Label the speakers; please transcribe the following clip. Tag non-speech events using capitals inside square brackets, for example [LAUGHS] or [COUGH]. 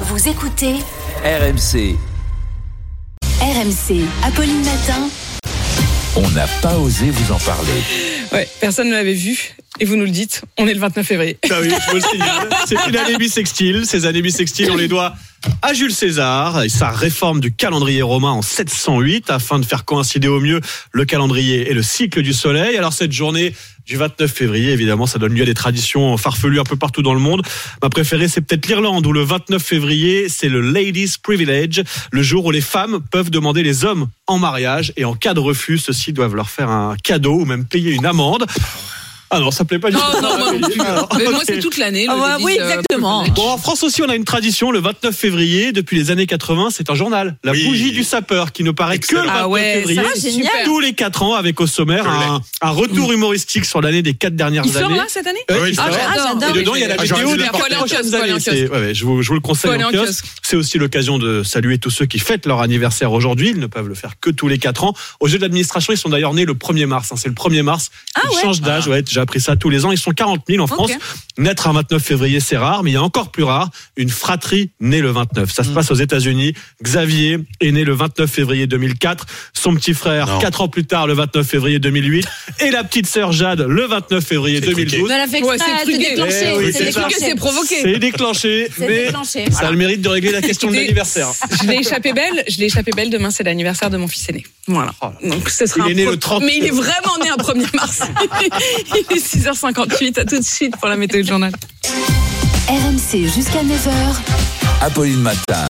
Speaker 1: Vous écoutez
Speaker 2: RMC,
Speaker 1: RMC. Apolline Matin.
Speaker 2: on n'a pas osé vous en parler.
Speaker 3: Ouais, personne ne l'avait vu. Et vous nous le dites, on est le 29 février.
Speaker 4: Ah oui, je vous le signale. C'est une année bissextile. Ces années bissextiles, on les doit à Jules César et sa réforme du calendrier romain en 708 afin de faire coïncider au mieux le calendrier et le cycle du soleil. Alors cette journée du 29 février, évidemment, ça donne lieu à des traditions farfelues un peu partout dans le monde. Ma préférée, c'est peut-être l'Irlande où le 29 février, c'est le Ladies Privilege, le jour où les femmes peuvent demander les hommes en mariage et en cas de refus, ceux-ci doivent leur faire un cadeau ou même payer une amende. Ah non, ça plaît pas du tout. Alors,
Speaker 3: Mais moi,
Speaker 4: ok.
Speaker 3: c'est toute l'année. le
Speaker 5: Ah bah
Speaker 3: Ladies,
Speaker 5: oui,
Speaker 3: euh,
Speaker 5: exactement.
Speaker 3: Privilege.
Speaker 4: Bon, en France aussi, on a une tradition. Le 29 février, depuis les années 80, c'est un journal. La bougie du sapeur qui ne paraît que le 29
Speaker 3: Ah ouais,
Speaker 4: février.
Speaker 3: ça, c'est génial.
Speaker 4: Tous les 4 ans, avec au sommaire, un, un retour humoristique sur l'année des 4 dernières
Speaker 3: Il sort
Speaker 4: années.
Speaker 3: là cette année
Speaker 4: Euh, il sort.
Speaker 5: j'adore.
Speaker 4: Et dedans, il y a la
Speaker 3: Ah,
Speaker 4: vidéo
Speaker 3: j'aurais dû
Speaker 4: des
Speaker 3: la
Speaker 4: quatre
Speaker 3: porter en kiosque,
Speaker 4: prochaines
Speaker 3: faut aller en
Speaker 4: années.
Speaker 3: kiosque.
Speaker 4: C'est- ouais, ouais, je, vous, je vous le conseille
Speaker 3: Faut aller
Speaker 4: en
Speaker 3: en
Speaker 4: kiosque.
Speaker 3: kiosque.
Speaker 4: C'est aussi l'occasion de saluer tous ceux qui fêtent leur anniversaire aujourd'hui. Ils ne peuvent le faire que tous les 4 ans. Au jeu de l'administration, ils sont d'ailleurs nés le 1er mars. hein. C'est le 1er mars.
Speaker 3: Ah
Speaker 4: ils changent d'âge. Ouais, j'ai appris ça tous les ans. Ils sont 40 000 en France. Naître un 29 février, c'est rare, mais il y a encore plus rare une fratrie née le 29. Ça se passe aux États-Unis. Xavier est né le 29 février 2004. Son petit frère, 4 ans plus tard, le 29 février 2008. Et la petite sœur Jade, le 29 février 2012.
Speaker 5: l'a fait
Speaker 3: Ouais, c'est
Speaker 5: c'est
Speaker 3: truqué.
Speaker 5: déclenché.
Speaker 4: Eh oui,
Speaker 5: c'est
Speaker 4: c'est ça.
Speaker 3: truqué,
Speaker 5: déclenché.
Speaker 3: c'est provoqué.
Speaker 4: C'est déclenché,
Speaker 5: C'est
Speaker 4: mais
Speaker 5: déclenché.
Speaker 4: ça a le mérite de régler la question de
Speaker 3: Écoutez,
Speaker 4: l'anniversaire.
Speaker 3: Je l'ai échappé belle. Je l'ai échappé belle. Demain, c'est l'anniversaire de mon fils aîné. Voilà. Donc, ce sera
Speaker 4: Il
Speaker 3: un
Speaker 4: est né
Speaker 3: pro-
Speaker 4: le 30.
Speaker 3: Mais il est vraiment né un 1er mars. [LAUGHS] il est 6h58. À tout de suite pour la météo du journal.
Speaker 1: RMC jusqu'à 9h.
Speaker 2: Apolline Matin.